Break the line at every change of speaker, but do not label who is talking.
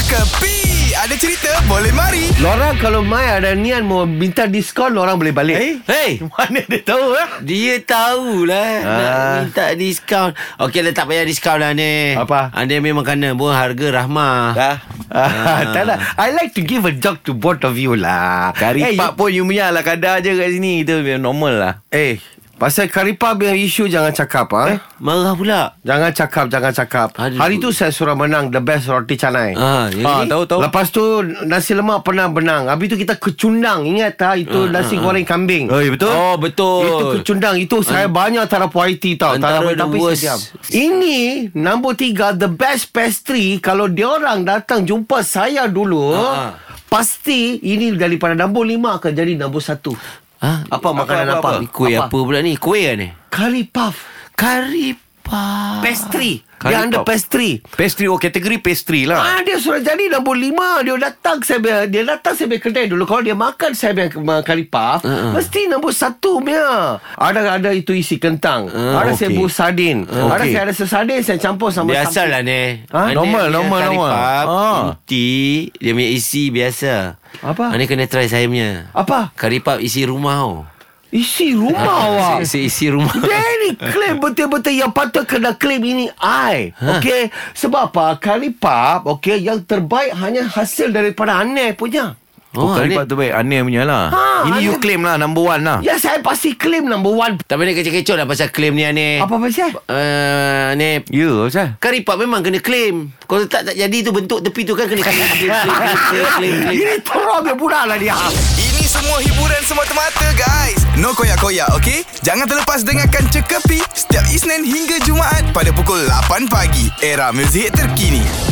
Kepi Ada cerita boleh mari
Lorang kalau Mai ada niat mau minta diskon, lorang boleh balik.
Eh? Hey.
Mana dia tahu lah.
Dia tahulah ah. Nak
Ah.
minta diskaun Okey lah tak payah diskaun lah ni
Apa?
Anda memang kena Buat harga rahmah
Dah
Ah. tak lah. I like to give a joke to both of you lah.
Kari hey,
you-
pun you punya lah Kadar je kat sini Itu normal lah
Eh, pasal Karipap punya isu jangan cakap ah. Eh?
Marah pula
Jangan cakap, jangan cakap.
Aduh.
Hari tu saya suruh menang the best roti canai.
Ah, yang
Ah,
ni?
tahu tahu
Lepas tu nasi lemak pernah benang. Habis tu kita kecundang. Ingat tak itu nasi goreng kambing.
Oi, betul?
Oh betul
Itu kecundang Itu saya banyak Tak dapat IT tau Tak
antara
dapat
the
tapi saya
worst.
diam Ini Nombor tiga The best pastry Kalau diorang datang Jumpa saya dulu
Ha.
Pasti Ini daripada nombor lima Akan jadi nombor satu
Ha?
Apa makanan apa?
Ni Kuih apa, apa pula ni Kuih kan ni
Curry puff
Kari pa
Pastry
curry
Dia under
puff.
pastry
Pastry Oh kategori pastry lah
Ah, dia sudah jadi nombor lima. Dia datang saya punya- dia datang saya punya kedai dulu. Kalau dia makan saya punya uh, curry puff,
Ah,
uh-huh. mesti nombor satu punya. Ada ada itu isi kentang. Uh, ada okay. saya
Ah, okey. Ah,
bubuh sardin. Uh, ada
Okey.
saya ada sardin saya campur sama
Biasalah ni
Ha?
Ane
Normal,
punya
normal,
curry
normal.
puff,
Ah.
Inti Dia punya isi biasa
Apa?
Ane kena try saya punya
Apa?
Kari pap isi rumah tau
Isi rumah awak.
Isi, isi rumah
Very claim Betul-betul yang patut kena claim ini I huh. Okay Sebab apa Curry puff Okay Yang terbaik hanya hasil daripada aneh punya
Oh, oh
Ane-
tu baik Anil punya
Ah,
lah
Ha,
Ini you
Anil-
claim lah Number one lah
Ya saya pasti claim number one
Tapi ni kecoh-kecoh lah pasal claim ni Ane
Eh.
Apa pasal?
Uh, ni
Ya macam
Karipap memang kena claim Kalau tak tak jadi tu bentuk tepi tu kan kena claim claim, claim, claim, claim, claim.
Ini teror dia budak lah dia
Ini semua hiburan semata-mata guys No koyak-koyak ok Jangan terlepas dengarkan Cekapi Setiap Isnin hingga Jumaat Pada pukul 8 pagi Era muzik terkini